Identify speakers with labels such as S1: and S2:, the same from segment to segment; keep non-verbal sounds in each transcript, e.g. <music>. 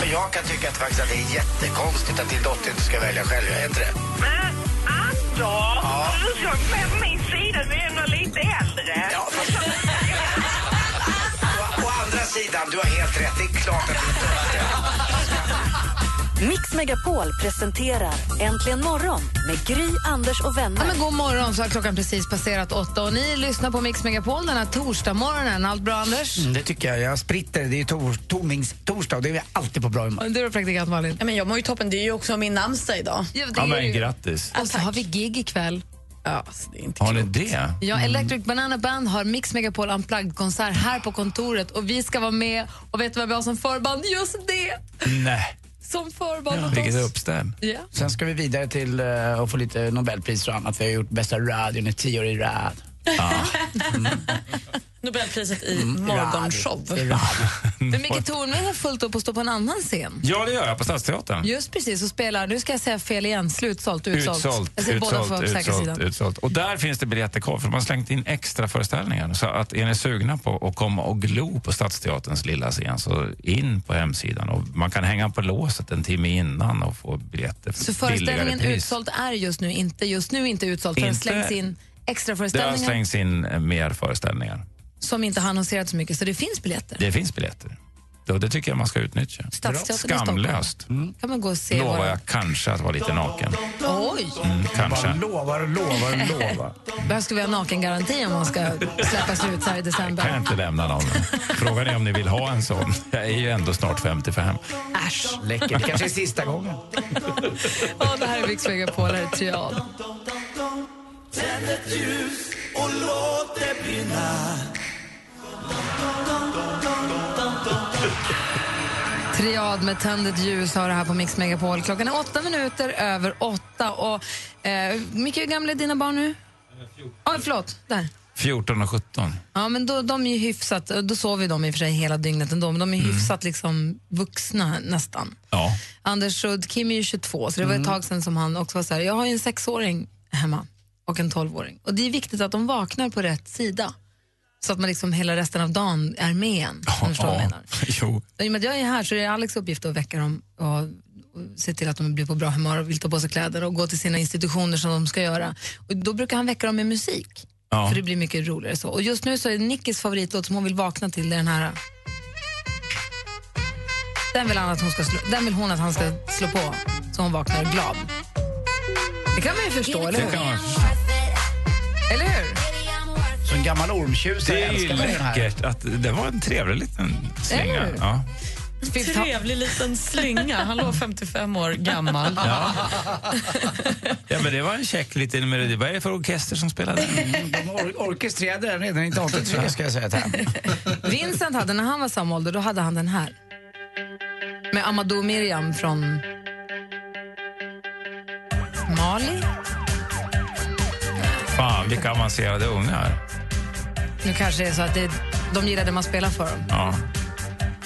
S1: Men jag kan tycka att, faktiskt att det är jättekonstigt att din dotter inte ska välja själv. Är inte det?
S2: Men Anders, Äh, du såg på min sida, du är ändå lite äldre.
S1: Å, å andra sidan, du har helt rätt. Det är klart att
S3: Mix Megapol presenterar Äntligen morgon med Gry, Anders och vänner.
S4: Ja, men god morgon, så har klockan precis passerat åtta och ni lyssnar på Mix Megapol den här torsdagsmorgonen. Allt bra, Anders?
S5: Mm, Det tycker jag. Jag spritter. Det är tor tomings torsdag och det är vi alltid på bra humör.
S4: Du då, praktikant Malin?
S6: Ja, men jag mår ju toppen. Det är ju också min namnsdag idag.
S4: Ja, det
S7: Ja,
S4: är
S7: men
S4: ju-
S7: grattis.
S4: och så har vi gig ikväll.
S6: Ja, så det är inte
S7: Har ni det?
S4: Ja, Electric Banana Band har Mix Megapol Unplugged-konsert här på kontoret och vi ska vara med och vet du vad vi har som förband? Just det!
S7: Mm, Nej.
S4: Som förband åt
S7: Vilket
S4: oss.
S7: uppstäm.
S4: Ja.
S5: Sen ska vi vidare till eh, att få lite Nobelpris och annat. Vi har gjort bästa radion i tio år i rad.
S6: Nobelpriset i
S7: Mm.
S5: Rad. I
S6: morgonshow.
S5: rad.
S4: Men Micke Tornving har fullt upp och står på en annan scen.
S7: Ja, det gör jag på Stadsteatern.
S4: Just precis, och spelar, nu ska jag säga fel igen, slutsålt, utsålt.
S7: Utsålt,
S4: jag säger båda
S7: utsålt,
S4: på säkra
S7: utsålt,
S4: sidan.
S7: utsålt. Och där finns det biljetter kvar för de har slängt in extra föreställningar. Så att är ni sugna på att komma och glo på Stadsteaterns lilla scen så in på hemsidan. Och man kan hänga på låset en timme innan och få biljetter
S4: Så
S7: för billigare
S4: föreställningen
S7: pris.
S4: Utsålt är just nu inte, just nu inte utsålt, för den
S7: Inte-
S4: slängs in extra
S7: Det har
S4: föreställningar
S7: slängts in eh, mer föreställningar.
S4: som inte har annonserat så mycket, så det finns biljetter.
S7: Det finns biljetter. Och det tycker jag man ska utnyttja.
S4: Stadsteatern i Stockholm.
S7: Skamlöst.
S4: kan man gå och se.
S7: Lovar
S4: våra-
S7: jag kanske att vara lite naken.
S4: Oj!
S7: Mm,
S5: Bara
S7: kanske.
S5: lovar och lovar
S4: <laughs>
S5: och lovar.
S4: Där skulle vi ha nakengaranti om man ska släppas ut så här i
S7: <laughs> kan jag
S4: december.
S7: inte lämna någon. Frågan är om ni vill ha en sån. Jag är ju ändå snart 55.
S4: Äsch!
S5: Läcker. Det kanske är sista gången.
S4: Ja, det här är Mix Megapol, här är Triad. Triad med tändet ljus har det här på Mix Megapol. Klockan är åtta minuter över åtta. Och, eh, Micke, hur gamla är dina barn nu? 14. Ah, förlåt, där.
S7: 14 och 17.
S4: Ja, men då, de är ju hyfsat, då sover ju de i och för sig hela dygnet ändå, men de är hyfsat liksom vuxna nästan.
S7: Ja.
S4: Anders och Kim är ju 22, så det var ett tag sedan som han också var så här, jag har ju en sexåring hemma och en tolvåring. Och det är viktigt att de vaknar på rätt sida. Så att man liksom hela resten av dagen är med igen. om du förstår vad jag
S5: <laughs>
S4: menar.
S7: Jo.
S4: Och I och med att jag är här så är det Alex uppgift att väcka dem och, och se till att de blir på bra humör och vill ta på sig kläder och gå till sina institutioner som de ska göra. Och då brukar han väcka dem med musik.
S7: Ja.
S4: För det blir mycket roligare så. Och just nu så är Nickis favoritlåt som hon vill vakna till det är den här. Den vill, han att hon ska slå, den vill hon att han ska slå på så hon vaknar glad. Det kan man ju förstå, eller
S7: Det, kan
S4: hur?
S7: man...
S4: Eller hur?
S5: Så en gammal ormtjusare
S7: det är ju
S5: älskar man den här.
S7: läckert. Att, det var en trevlig liten slinga.
S4: Eller hur?
S7: Ja.
S4: Fick ta-
S6: Trevlig liten slinga. Han låg 55 år gammal.
S7: ja, men det var en käck liten melodi. Vad är det för orkester som spelade?
S5: De or orkestrerade den redan 1983 ska jag säga till henne.
S4: Vincent hade, när han var samma ålder, då hade han den här. Med Amadou Miriam från Mali.
S7: Fan, vilka avancerade ungar.
S4: Nu kanske det är så att det, de gillar det man spelar för dem.
S7: Ja.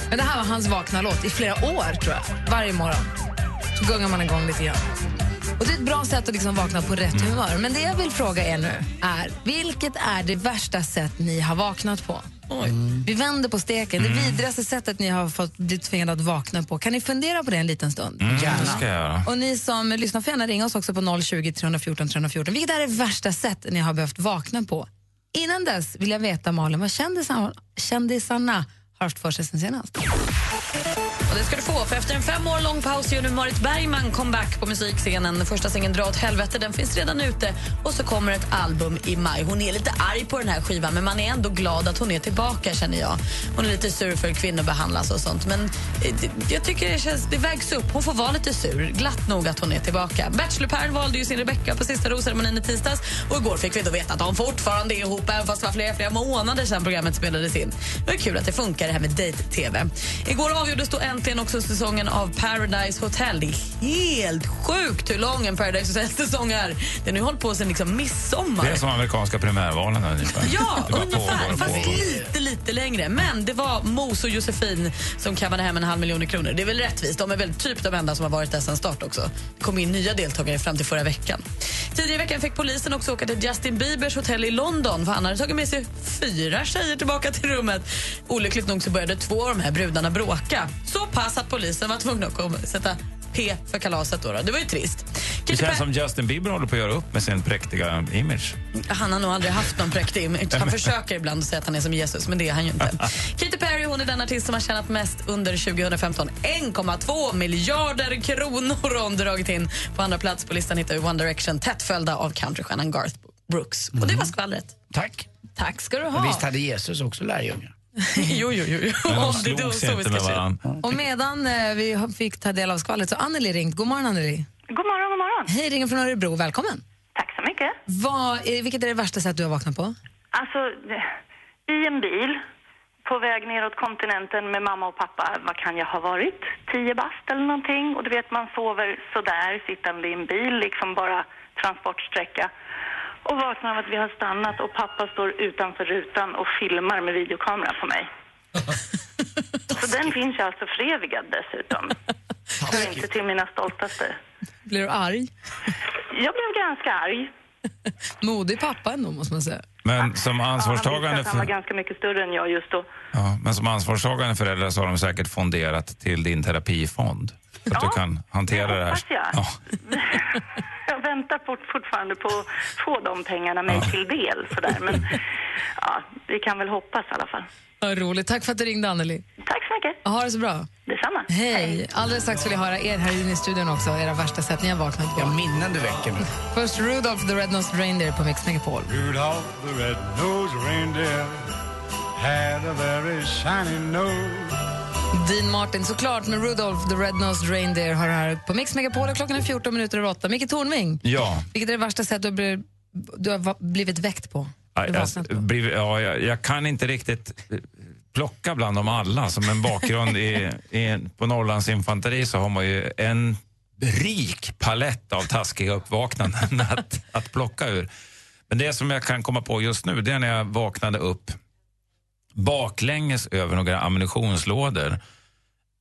S4: Men det här var hans vakna låt i flera år, tror jag. Varje morgon så gungar man igång lite grann. Och det är ett bra sätt att liksom vakna på rätt humör. Men det jag vill fråga er nu är, vilket är det värsta sätt ni har vaknat på? Vi vänder på steken.
S7: Mm.
S4: Det vidrigaste sättet ni har fått bli tvingade att vakna på. Kan ni fundera på det en liten stund?
S7: Mm, det ska jag göra.
S4: Och ni som lyssnar får gärna ringa oss också på 020 314 314. Vilket är det värsta sätt ni har behövt vakna på? Innan dess vill jag veta, Malin, vad kändisarna, kändisarna har haft för sig sen senast?
S6: Och det ska du få, för efter en fem år lång paus gör nu Marit Bergman comeback på musikscenen. Den första singeln Dra åt helvete, den finns redan ute. Och så kommer ett album i maj. Hon är lite arg på den här skivan, men man är ändå glad att hon är tillbaka känner jag. Hon är lite sur för hur kvinnor behandlas och sånt. Men eh, det- jag tycker det, känns, det vägs upp. Hon får vara lite sur. Glatt nog att hon är tillbaka. Bachelor-Per valde ju sin Rebecca på sista rosceremonin i tisdags. Och igår fick vi då veta att de fortfarande är ihop, även fast det var flera, flera månader sedan programmet spelades in. Det var kul att det funkar det här med dejt-tv. Igår avgjordes då äntligen också säsongen av Paradise Hotel. Det är helt sjukt hur lång en Paradise Hotel-säsong är. Den har ju hållit på sedan liksom midsommar.
S7: Det är som amerikanska primärvalen ungefär.
S6: Ja,
S7: <laughs> Det bara pågår
S6: ungefär.
S7: och
S6: Fast
S7: pågår.
S6: lite, lite längre. Men det var Mos och Josefin som kammade hem en halv miljon kronor. Det är väl rättvist. De är väl typ de enda som har varit där sedan start också. Det kom in nya deltagare fram till förra veckan. Tidigare i veckan fick polisen också åka till Justin Biebers hotell i London för han hade tagit med sig fyra tjejer tillbaka till rummet. Olyckligt nog så började två av de här brudarna bråka. Så pass att polisen var tvungna att komma- sätta P för kalaset. Då då. Det var ju trist.
S7: Det
S6: Katy
S7: känns
S6: Per-
S7: som Justin Bieber håller på att göra upp med sin präktiga image.
S6: han har nog aldrig haft någon präktig image. Han försöker ibland att säga att han är som Jesus, men det är han ju inte.
S5: <laughs>
S6: Katy Perry hon är den artist som har tjänat mest under 2015. 1,2 miljarder kronor har hon dragit in. På andra plats på listan hittar vi One Direction tätt följda av countrystjärnan Garth Brooks. Och det var skvallret.
S5: Tack.
S6: Tack ska du
S5: Men
S6: ha.
S5: visst hade Jesus också lärjungar?
S6: <laughs> jo, jo, jo. jo.
S7: Men de
S6: Om det är då
S7: slogs
S6: så vi
S7: inte
S6: ska
S7: med
S6: se.
S7: varandra.
S4: Och medan eh, vi har- fick ta del av skvallret så har Anneli ringt. God morgon Anneli.
S2: God morgon, god morgon.
S4: Hej, ringer från Örebro. Välkommen.
S2: Tack så mycket.
S4: Vad, eh, vilket är det värsta sätt du har vaknat på?
S2: Alltså, det- i en bil på väg neråt kontinenten med mamma och pappa, vad kan jag ha varit? Tio bast eller någonting. Och du vet, man sover sådär sittande i en bil, liksom bara transportsträcka. Och vaknar av att vi har stannat och pappa står utanför rutan och filmar med videokamera på mig. Så den finns ju alltså förevigad dessutom. Så inte till mina stoltaste.
S4: Blir du arg?
S2: Jag blev ganska arg.
S4: <laughs> Modig pappa ändå, måste man säga.
S7: Men som
S2: Ja, han visste
S7: ansvarstagande,
S2: att han var
S7: för,
S2: ganska mycket större än jag just då.
S7: ja, men som ansvarstagande föräldrar så har de säkert fonderat till din terapifond. Så att
S2: Ja,
S7: du kan hantera det här.
S2: hoppas jag.
S7: Ja.
S2: <laughs> jag väntar fort, fortfarande på att få de pengarna mig till del sådär. Men ja, vi kan väl hoppas i alla fall.
S4: Vad roligt. Tack för att du ringde, Anneli.
S2: Tack så mycket.
S4: Ha det så bra.
S2: Detsamma.
S4: Hej! Alldeles strax vill jag höra er här inne i studion också, era värsta sätt ni har vaknat
S5: Ja,
S4: på.
S5: minnen du väcker mig.
S4: Först Rudolph the Red-Nosed Reindeer på Mix Megapol.
S8: Rudolph the red-nosed reindeer had a very shiny nose.
S4: Dean Martin såklart med Rudolph the Red-Nosed Reindeer har det här på Mix Megapol och klockan är 14 minuter över 8. Micke Tornving,
S7: ja.
S4: vilket är det värsta sätt du har, bli- du har va- blivit väckt på?
S7: Nej,
S4: Du
S7: jag,
S4: vaknat på.
S7: bliv- ja, jag, jag kan inte riktigt eh, plocka bland dem alla.
S2: <laughs>
S7: Som en bakgrund i, i, på Norrlands infanteri så har man ju en rik palett av taskiga uppvaknanden <laughs> att, att plocka ur. Men det som jag kan komma på just nu, det är när jag vaknade upp baklänges över några ammunitionslådor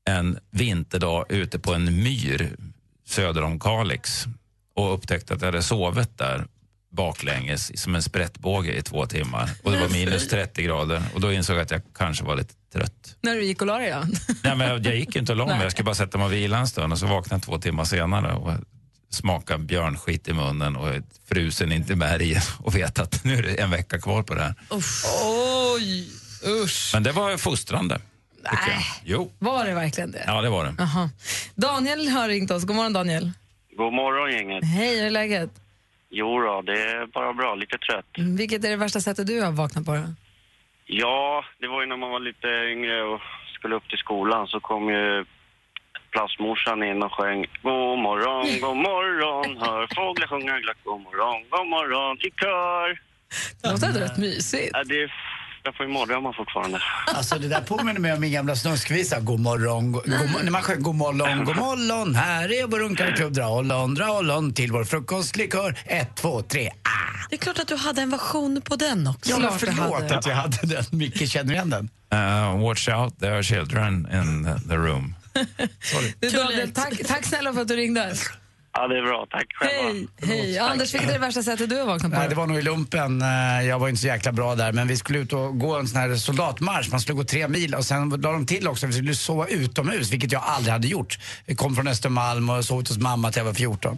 S7: en vinterdag ute på en myr söder om Kalix och upptäckte att jag hade sovit där baklänges som en sprättbåge i två timmar. Och det var minus 30 grader och då insåg jag att jag kanske var lite trött.
S4: När du gick och la dig,
S5: <laughs>
S4: ja.
S7: Nej, men jag, jag gick ju inte och la mig, jag skulle bara sätta mig och vila en stund och så vaknade jag två timmar senare och smaka björnskit i munnen och är frusen in till bergen och vet att nu är det en vecka kvar på det här.
S4: <laughs> Oj! Usch!
S7: Men det var fostrande. tycker jag.
S4: Nej.
S7: Jo,
S4: Var det verkligen det?
S7: ja det var det.
S4: Aha. Daniel har ringt oss. God morgon, Daniel.
S8: God morgon gänget.
S4: Hej, hur är läget?
S8: Jo då, det är bara bra. Lite trött.
S4: Vilket är det värsta sättet du har vaknat på? då?
S8: Ja, det var ju när man var lite yngre och skulle upp till skolan så kom ju plastmorsan in och sjöng God morgon, god morgon, hör fåglar sjunga glatt God morgon, god morgon i kör.
S4: Det låter ändå rätt mysigt.
S8: Ja, det är, jag får ju mardrömmar fortfarande.
S5: Alltså det där påminner mig om min gamla snuskvisa. God morgon, go, go, när man sjöng god morgon, god morgon. Här är vår runkarklubb. Dra ollon, dra ollon till vår frukostlikör. Ett, två, tre. Ah.
S6: Det är klart att du hade en version på den också.
S5: Ja, men
S4: Klart du
S5: förlåt
S4: hade.
S5: att jag hade den. Micke, känner du igen den?
S7: Uh, watch out, there are children in the- the room.
S4: Du, Daniel, tack, tack snälla för att du ringde.
S8: Ja, det är bra. Tack själva.
S4: Hej! Hej. Anders, vilket är det värsta sättet du har vaknat på?
S5: Nej, det var nog i lumpen. Eh, Jag var inte så jäkla bra där. Men vi skulle ut och gå en sån här soldatmarsch. Man skulle gå tre mil och sen la de till också. Vi skulle sova utomhus, vilket jag aldrig hade gjort. Jag kom från Östermalm och sovit hos mamma till jag var 14.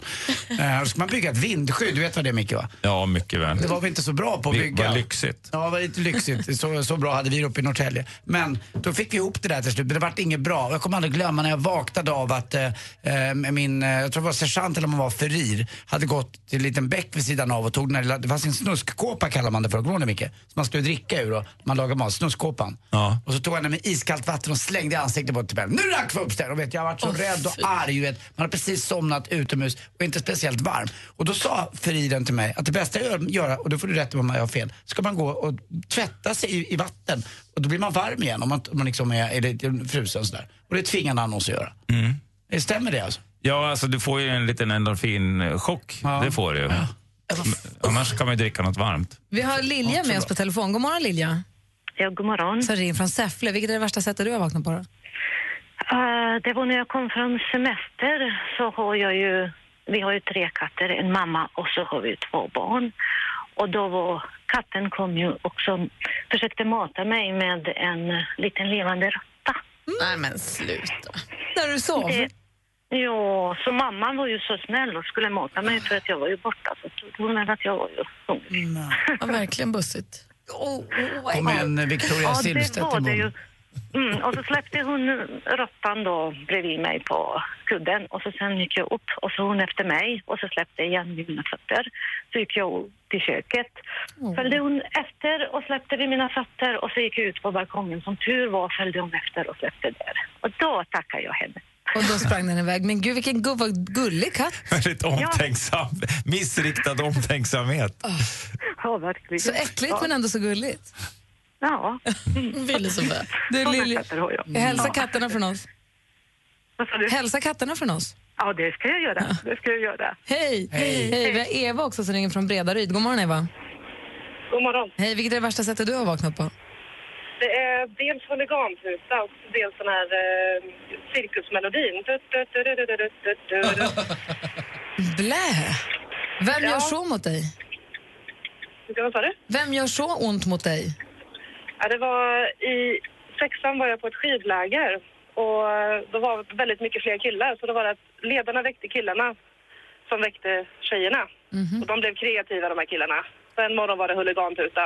S5: Eh, Då skulle man bygga ett vindskydd. Du vet vad det är Micke va?
S7: Ja, mycket väl.
S5: Det var vi inte så bra på att
S7: Vi-
S5: bygga.
S7: vad lyxigt.
S5: Ja, det var lite lyxigt. Så, så bra hade vi det uppe i Norrtälje. Men då fick vi ihop det där till slut, men det vart inget bra. Jag kommer aldrig glömma när jag vaknade av att eh, eh, min, eh, jag tror det var sergeanten praktikant eller om man var ferir, hade gått till en liten bäck vid sidan av och tog den här lilla, det fanns en snuskkåpa kallar man det för, kommer du ihåg det, Micke? Som man skulle dricka ur och när man lagade mat, snuskkåpan.
S7: Ja.
S5: Och så tog han den med iskallt vatten och slängde i ansiktet på typen. Nu är det dags för och vet, Jag har varit så
S7: Åh,
S5: rädd och
S7: fy.
S5: arg. Vet. Man har precis somnat utomhus och är inte speciellt varm. Och då sa Feriden till mig att det bästa jag gör- göra, och då får du rätt om jag har fel, ska man gå och tvätta sig i, i vatten och då blir man varm igen om man, om man liksom är, är lite frusen sådär. Och det tvingade han oss att göra.
S7: Mm.
S5: Eh, Stämmer det alltså?
S7: Ja, alltså du får ju en liten endorfinchock. Det får du ju. Annars kan man ju dricka något varmt.
S4: Vi har Lilja med oss på telefon. God morgon Lilja.
S9: Ja, god morgon.
S4: Sarin från Säffle. Vilket är det värsta sättet du har vaknat på då?
S9: Eh, det var när jag kom från semester så har jag ju, vi har ju tre katter, en mamma och så har vi två barn. Och då var, katten kom ju också, försökte mata mig med en liten levande råtta.
S4: Nej men sluta. När du sov?
S9: ja, så mamman var ju så snäll och skulle mata mig för att jag var ju borta. Så trodde hon väl att jag var ju hungrig. <laughs>
S4: Ja, verkligen bussigt. Oh,
S5: Kom igen eh, Victoria
S9: Ja, det
S5: Silvstedt i
S9: var det ju.
S5: munnen.
S9: Mm, och så släppte hon råttan då bredvid mig på kudden och så sen gick jag upp och så hon efter mig och så släppte jag igen mina fötter. Så gick jag upp till köket. Följde hon efter och släppte vid mina fötter och så gick jag ut på balkongen. Som tur var följde hon efter och släppte där. Och då tackar jag henne.
S4: Och då sprang den iväg. Men gud vilken gu- vad gullig katt.
S7: Väldigt omtänksam. Missriktad omtänksamhet.
S9: Ja, verkligen.
S4: Så äckligt men ändå så gulligt.
S9: Ja.
S4: <laughs> Ville så väl. Du Lilja, hälsa katterna från oss. Hälsa katterna från oss.
S9: Ja, det ska jag göra. Det ska jag göra.
S4: Hej! Hej. Vi har Eva också som ringer från Bredaryd. God morgon Eva.
S10: God morgon.
S4: Hej, vilket är det värsta sättet du har vaknat på?
S10: Det är dels huligantuta och dels den här eh, cirkusmelodin. Du, du, du, du, du, du, du, du, du.
S4: Blä! Vem gör så mot dig?
S10: Vad sa du?
S4: Vem gör så ont mot
S9: <laughs>
S4: dig?
S10: Ja, det var i sexan var jag på ett skivläger och då var det väldigt mycket fler killar så då var det att ledarna väckte killarna som väckte tjejerna. Och de blev kreativa de här killarna. Så en morgon var det huligantuta.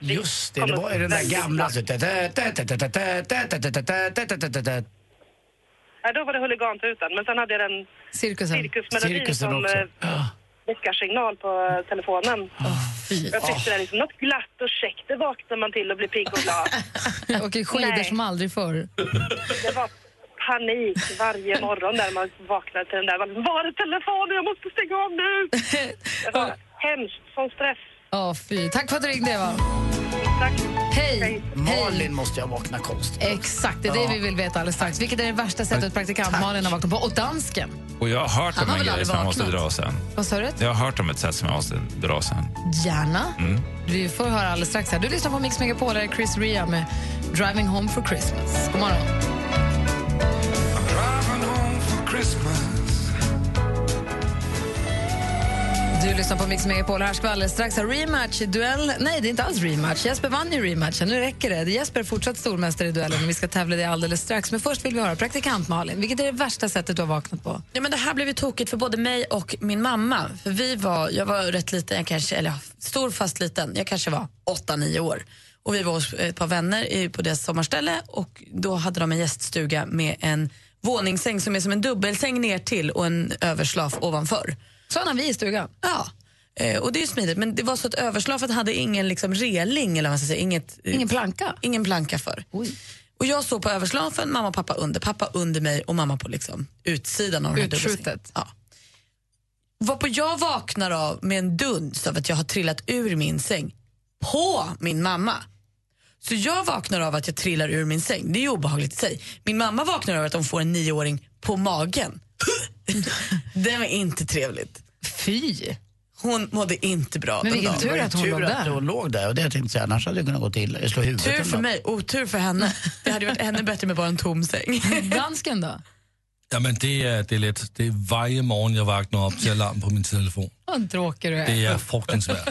S5: Just det, det var ju den där gamla... så-
S10: Ja, då var det huligantutan men sen hade jag den
S4: Cirkusen.
S10: cirkusmelodin
S5: Cirkusen
S10: som
S5: också.
S10: eh, väckarsignal på eh, telefonen. jag tyckte det är liksom något glatt och käckt. Det vaknar man till och blir pigg och glad.
S4: Åker skidor
S10: Nej.
S4: som aldrig förr.
S10: Det var panik varje morgon när man vaknade till den där. Man, Var är telefonen? Jag måste stänga av nu! Det var hemskt. Sån stress.
S4: Ja, fy. Tack för att du ringde Eva.
S10: Tack.
S4: Hej!
S5: Malin måste jag vakna konstigt.
S4: Exakt, det är det
S5: Ja.
S4: vi vill veta alldeles strax. Vilket är det värsta sättet praktikant Malin har vaknat på? Och dansken.
S7: Och jag har hört
S4: Han
S7: om
S4: har
S7: en
S4: väl
S7: grej
S4: aldrig
S7: som jag måste
S4: vaknat?
S7: dra sen.
S4: Vad sa du?
S7: Jag har hört om ett sätt som jag måste dra sen.
S4: Gärna.
S7: Mm.
S4: Vi får höra alldeles strax. här. Du lyssnar på Mix Megapol, här är Chris Ria med Driving Home for Christmas. God morgon. Du lyssnar på Mix Megapol. Här ska vi alldeles strax ha rematch i duell. Nej, det är inte alls rematch. Jesper vann ju rematchen. Nu räcker det. Jesper är fortsatt stormästare i duellen. Vi ska tävla i det alldeles strax. Men först vill vi höra praktikant Malin. Vilket är det värsta sättet du har vaknat på?
S6: Ja, men det här blev ju tokigt för både mig och min mamma. För vi var, jag var rätt liten, jag kanske, eller ja, stor fast liten. Jag kanske var 8-9 år. Och vi var hos ett par vänner i- på deras sommarställe och då hade de en gäststuga med en våningssäng som är som en dubbelsäng ner till och en överslaf ovanför.
S4: Sådana vi i stugan?
S6: Ja. Eh, Och det är ju smidigt, men det var så att överslafet hade ingen liksom reling eller vad man ska säga, inget, eh,
S4: Ingen planka?
S6: Ingen planka för. Och jag såg på överslafen, mamma och pappa under, pappa under mig och mamma på liksom utsidan av den här
S4: Utskjutet.
S6: dubbelsängen. Ja. Varpå jag vaknar av med en duns av att jag har trillat ur min säng på min mamma. Så jag vaknar av att jag trillar ur min säng. Det är ju obehagligt i sig. Min mamma vaknar av att hon får en nioåring på magen. <laughs> det var inte trevligt.
S4: Fy!
S6: Hon mådde inte bra den
S5: Men vilken
S6: dagen.
S5: tur att hon låg där. hon låg där. Och det tänkte jag, säga, annars hade jag kunnat gå till eh, slå huvudet.
S6: Tur
S5: eller
S6: för
S5: något.
S6: mig, otur för henne. Det hade ju varit ännu bättre med bara en tom säng.
S4: Dansken då?
S11: Ja, men det är, det är lätt. Det är varje morgon jag vaknar upp till alarm på min telefon.
S4: Vad tråkig du
S11: Det är
S4: är.
S11: fruktansvärt.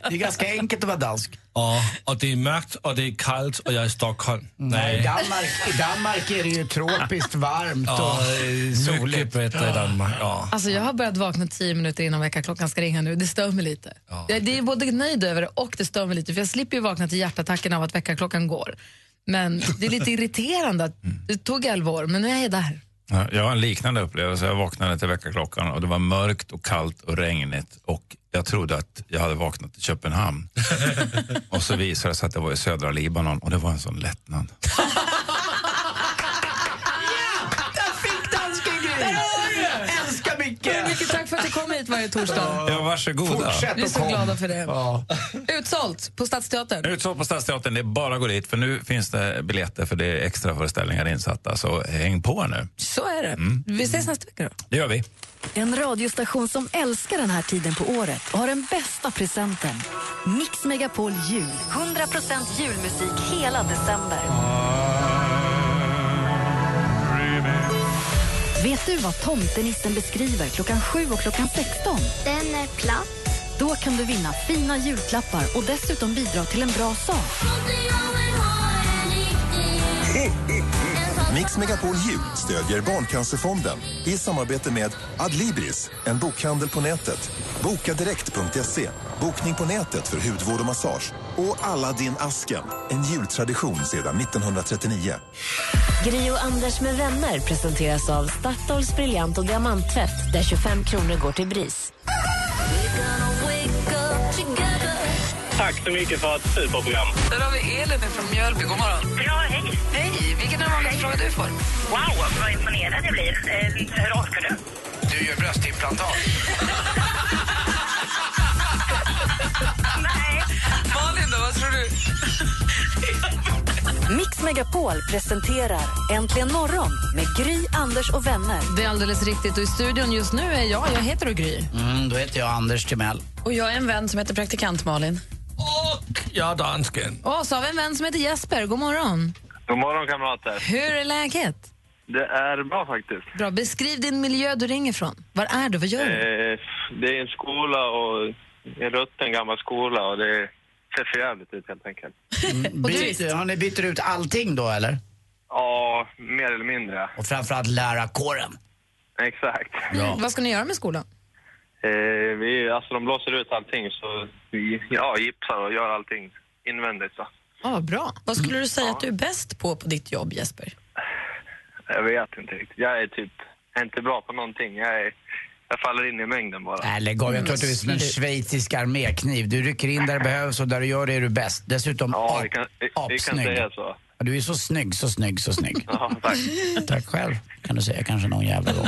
S5: Det är ganska enkelt att vara dansk.
S11: Ja, och det är mörkt och det är kallt och jag är i Stockholm.
S5: Nej, i Danmark, i Danmark är det ju tropiskt varmt
S11: Ja,
S5: och eh, soligt.
S11: mycket bättre øh, i Danmark. Ja.
S4: Alltså jag har börjat vakna tio minuter innan väckarklockan ska ringa nu. Det stör mig lite. Jag det är både nöjd över det och det stör mig lite. För jag slipper ju vakna till hjärtattacken av att väckarklockan går. Men det är lite irriterande att det tog elva år, men nu är jag där.
S7: Ja, Jag har en liknande upplevelse. Jag vaknade till väckarklockan och det var mörkt och kallt och regnigt och jag trodde att jag hade vaknat
S4: <laughs>
S7: i Köpenhamn. och så visade det sig att det var i södra Libanon och det var en sån lättnad.
S4: Där fick dansken
S12: Där har du det! Älskar Micke!
S4: Mycket tack för att du kom hit varje torsdag.
S7: Ja, varsågoda.
S4: Vi är så glada för det. Utsålt på Stadsteatern.
S7: Utsålt på Stadsteatern, det är bara att gå dit för nu finns det biljetter för det är extra föreställningar insatta så häng på nu.
S4: Så är det.
S7: Mm.
S4: Vi ses nästa vecka då.
S7: Det gör vi.
S3: En radiostation som älskar den här tiden på året och har den bästa presenten. Mix Megapol Jul. 100% julmusik hela december. Vet du vad tomtenissen beskriver klockan 7 och klockan 16? Den är platt. Då kan du vinna fina julklappar och dessutom bidra till en bra sak.
S13: Mix Megapol Jul stödjer Barncancerfonden i samarbete med Adlibris, en bokhandel på nätet, bokadirekt.se, E. bokning på nätet för hudvård och massage och Aladdin asken en jultradition sedan 1939.
S14: Gri och Anders med vänner presenteras av Statoils briljant och diamanttvätt där 25 kronor går till BRIS.
S15: Tack så mycket för ett superprogram.
S12: Där har vi Elin från Mjölby. God morgon. Ja, hej. Hej. Vilken är den vanligaste frågan du får?
S15: Wow, vad imponerad
S12: <laughs>
S15: jag blir. Eh, hur orkar du?
S5: Du gör bröstimplantat.
S15: Nej.
S12: Malin då, vad tror du?
S3: Mix Megapol presenterar Äntligen morgon med Gry, Anders och vänner.
S4: Det är alldeles riktigt. Och I studion just nu är jag. Jag heter då Gry.
S5: Mm, då heter jag Anders Timell.
S6: Och jag är en vän som heter praktikant Malin.
S11: Ja, dansken.
S4: Och så har vi en vän som heter Jesper. God morgon.
S16: God morgon kamrater.
S4: Hur är läget?
S16: Det är bra faktiskt.
S4: Bra. Beskriv din miljö du ringer från. Var är du? Vad gör du?
S16: Eh, det är en skola och en rutten gammal skola och det ser för jävligt ut helt enkelt.
S5: Mm, Byter, har ni byter ut allting då eller?
S16: Ja, mer eller mindre.
S5: Och framförallt lärarkåren.
S16: Exakt.
S4: Mm, Vad ska ni göra med skolan?
S16: Eh, vi, alltså de blåser ut allting så vi ja, gipsar och gör allting invändigt så.
S4: Ja, bra.
S6: Vad skulle du säga att du är bäst på på ditt jobb, Jesper?
S16: Jag vet inte riktigt. Jag är typ inte bra på någonting. Jag, är, jag faller in i mängden bara.
S5: Nej, lägg av. Jag tror att du är som en
S4: Mm.
S5: schweizisk armékniv. Du rycker in där det behövs och där du gör det är du bäst. Dessutom
S16: Ja,
S5: ap-
S16: vi kan, vi, vi kan
S5: apsnygg.
S16: säga så.
S5: Ja, Du är så snygg, så snygg, så snygg.
S16: <laughs> Ja, tack.
S5: Tack själv, kan du säga kanske någon jävla gång.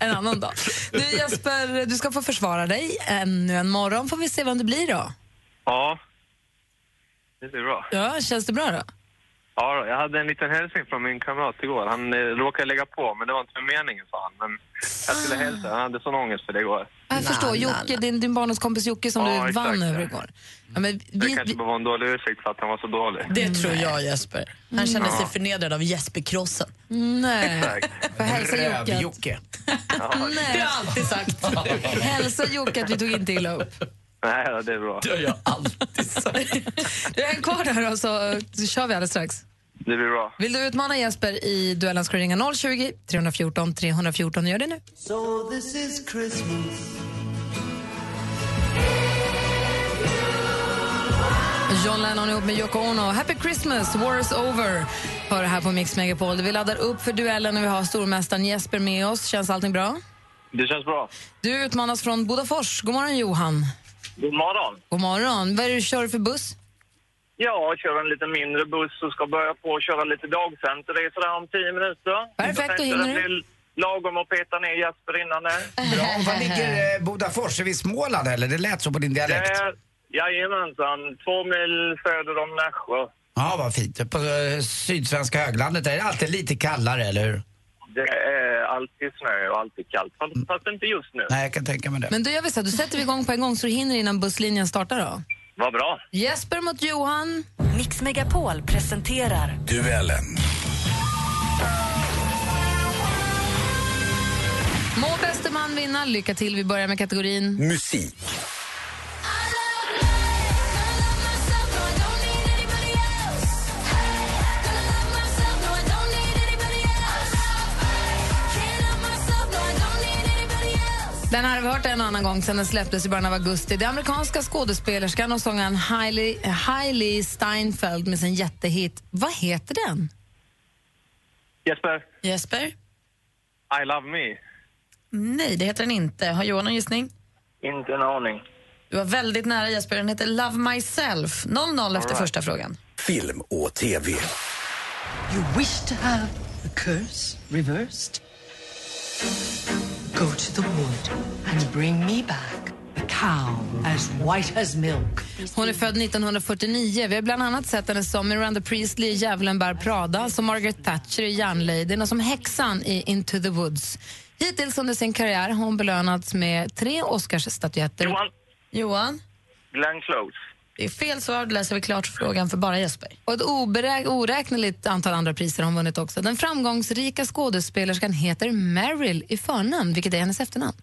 S4: En annan dag. Du Jesper, du ska få försvara dig ännu en morgon. Får vi se vem du blir då?
S16: Ja. Det blir bra.
S4: Ja, känns det bra då?
S16: Ja, jag hade en liten hälsning från min kamrat igår. Han eh, råkade lägga på, men det var inte med meningen, sa han. Men jag skulle
S4: Ah.
S16: hälsa. Han hade sån ångest för det igår.
S4: Ja, Jag förstår. Jocke, din, din barndomskompis Jocke som
S16: Ja,
S4: du
S16: exakt.
S4: vann över igår. Ja, men
S16: Det
S4: vi,
S16: kanske bara var en dålig ursäkt för att han var så dålig.
S6: Det tror jag, Jesper. Han
S16: Mm.
S6: kände
S16: Ja.
S6: sig förnedrad av Jesper-krossen.
S4: nej. Får hälsa Jocke. att-
S5: Röv-Jocke.
S4: Nej. Det
S12: <laughs>
S4: har jag alltid sagt. Hälsa Jocke att vi tog inte illa upp.
S16: Nej, ja, det är bra.
S5: Det
S4: Du är en kvar där och så, så kör vi alldeles strax.
S16: Det blir bra.
S4: Vill du utmana Jesper i duellen ska du ringa 020-314 314. Gör det nu.
S12: So this is Christmas.
S4: John Lennon ihop med Yoko Ono. Happy Christmas, war is over. Hör det här på Mix Megapol. där Vi laddar upp för duellen och vi har stormästaren Jesper med oss. Känns allting bra?
S16: Det känns bra.
S4: Du utmanas från Bodafors. God morgon, Johan.
S15: God morgon.
S4: God morgon. Vad är det du kör för buss?
S15: Ja, jag kör en lite mindre buss och ska börja på att köra lite dagcenter. Det är sådär om tio minuter.
S4: Perfekt,
S15: Jag
S4: då
S15: tänkte
S4: hinner
S15: det
S4: du.
S15: blir Lagom att peta ner Jesper innan
S4: <laughs>
S15: det.
S5: Bra. Och Var ligger eh, Bodafors? Är vi i Småland eller? Det lät så på din
S15: Det
S5: dialekt.
S15: är, jajamensan, två mil söder om Nässjö.
S5: Ja, vad fint. På eh, sydsvenska höglandet är det alltid lite kallare, eller hur?
S15: Det är alltid snö och alltid kallt.
S4: Mm.
S15: Fast- Fast inte just nu.
S5: Nej, jag kan tänka mig det.
S4: Men då gör vi så här, då sätter vi igång på en gång så du hinner innan busslinjen startar då.
S15: Vad bra.
S4: Jesper mot Johan.
S3: Mix Megapol presenterar
S1: Duellen.
S4: Må bäste man vinna. Lycka till. Vi börjar med kategorin...
S1: Musik.
S4: Den här har vi hört en och annan gång sedan den släpptes i början av augusti. Det är amerikanska skådespelerskan och sångaren Hailey, Hailey Steinfeld med sin jättehit. Vad heter den?
S16: Jesper,
S6: Jesper?
S16: I love me.
S6: Nej, det heter den inte. Har Johan någon gissning?
S15: Inte en aning.
S6: Du var väldigt nära Jesper. Den heter Love Myself. 0-0 efter
S15: Alright.
S6: första frågan.
S1: Film och TV.
S17: You wish to have the curse reversed? Go to the wood and bring me back a cow as white as milk.
S4: Hon är född 1949. Vi har bland annat sett henne som Miranda Priestley i Djävulen bär Prada, som Margaret Thatcher i Järnladyn och som häxan i Into the Woods. Hittills under sin karriär har hon belönats med tre Oscarsstatyetter.
S15: Johan.
S6: Johan?
S15: Glenn Close.
S6: Det är fel svar. Då läser vi klart frågan för bara Jesper.
S4: Och ett oberä- oräkneligt antal andra priser har hon vunnit också. Den framgångsrika skådespelerskan heter Meryl i förnamn, vilket är hennes efternamn.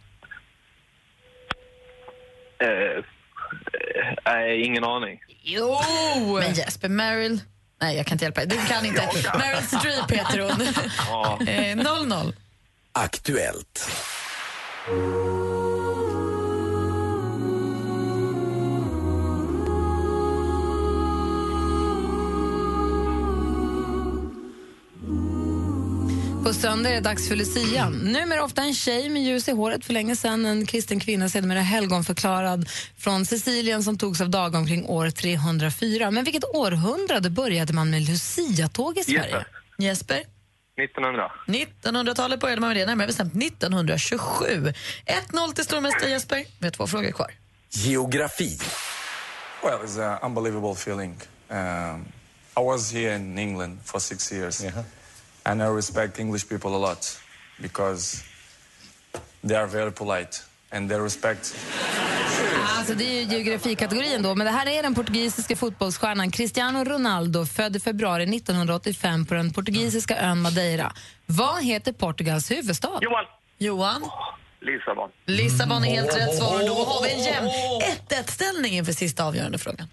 S16: Eh, eh, nej, ingen aning.
S6: Jo! Men Jesper, Meryl... Nej, jag kan inte hjälpa dig. Du kan inte. Meryl Streep heter hon.
S16: Ja.
S6: Eh, 0-0.
S1: Aktuellt.
S4: På söndag är det dags för lucian. Numera ofta en tjej med ljus i håret. För länge sedan en kristen kvinna, sedermera helgonförklarad från Sicilien som togs av dag omkring år 304. Men vilket århundrade började man med luciatåg i Sverige?
S16: Jesper.
S6: Jesper?
S16: 1900.
S6: 1900-talet började man med det, närmare bestämt 1927. 1-0 till stormästare Jesper. Vi har två frågor kvar.
S1: Geografi.
S18: Well, it's an unbelievable feeling. Um, I was here in England for six years, and I respect English people a lot because they are very polite and they respect.
S4: Alltså, det är ju geografikategorin då, men det här är den portugisiska fotbollsstjärnan Cristiano Ronaldo, född i februari 1985 på den portugisiska ön Madeira. Vad heter Portugals huvudstad?
S15: Johan.
S6: Johan?
S15: Lissabon.
S6: Lissabon är helt rätt svar. Då har vi en jämn 1-1-ställning inför sista avgörande frågan.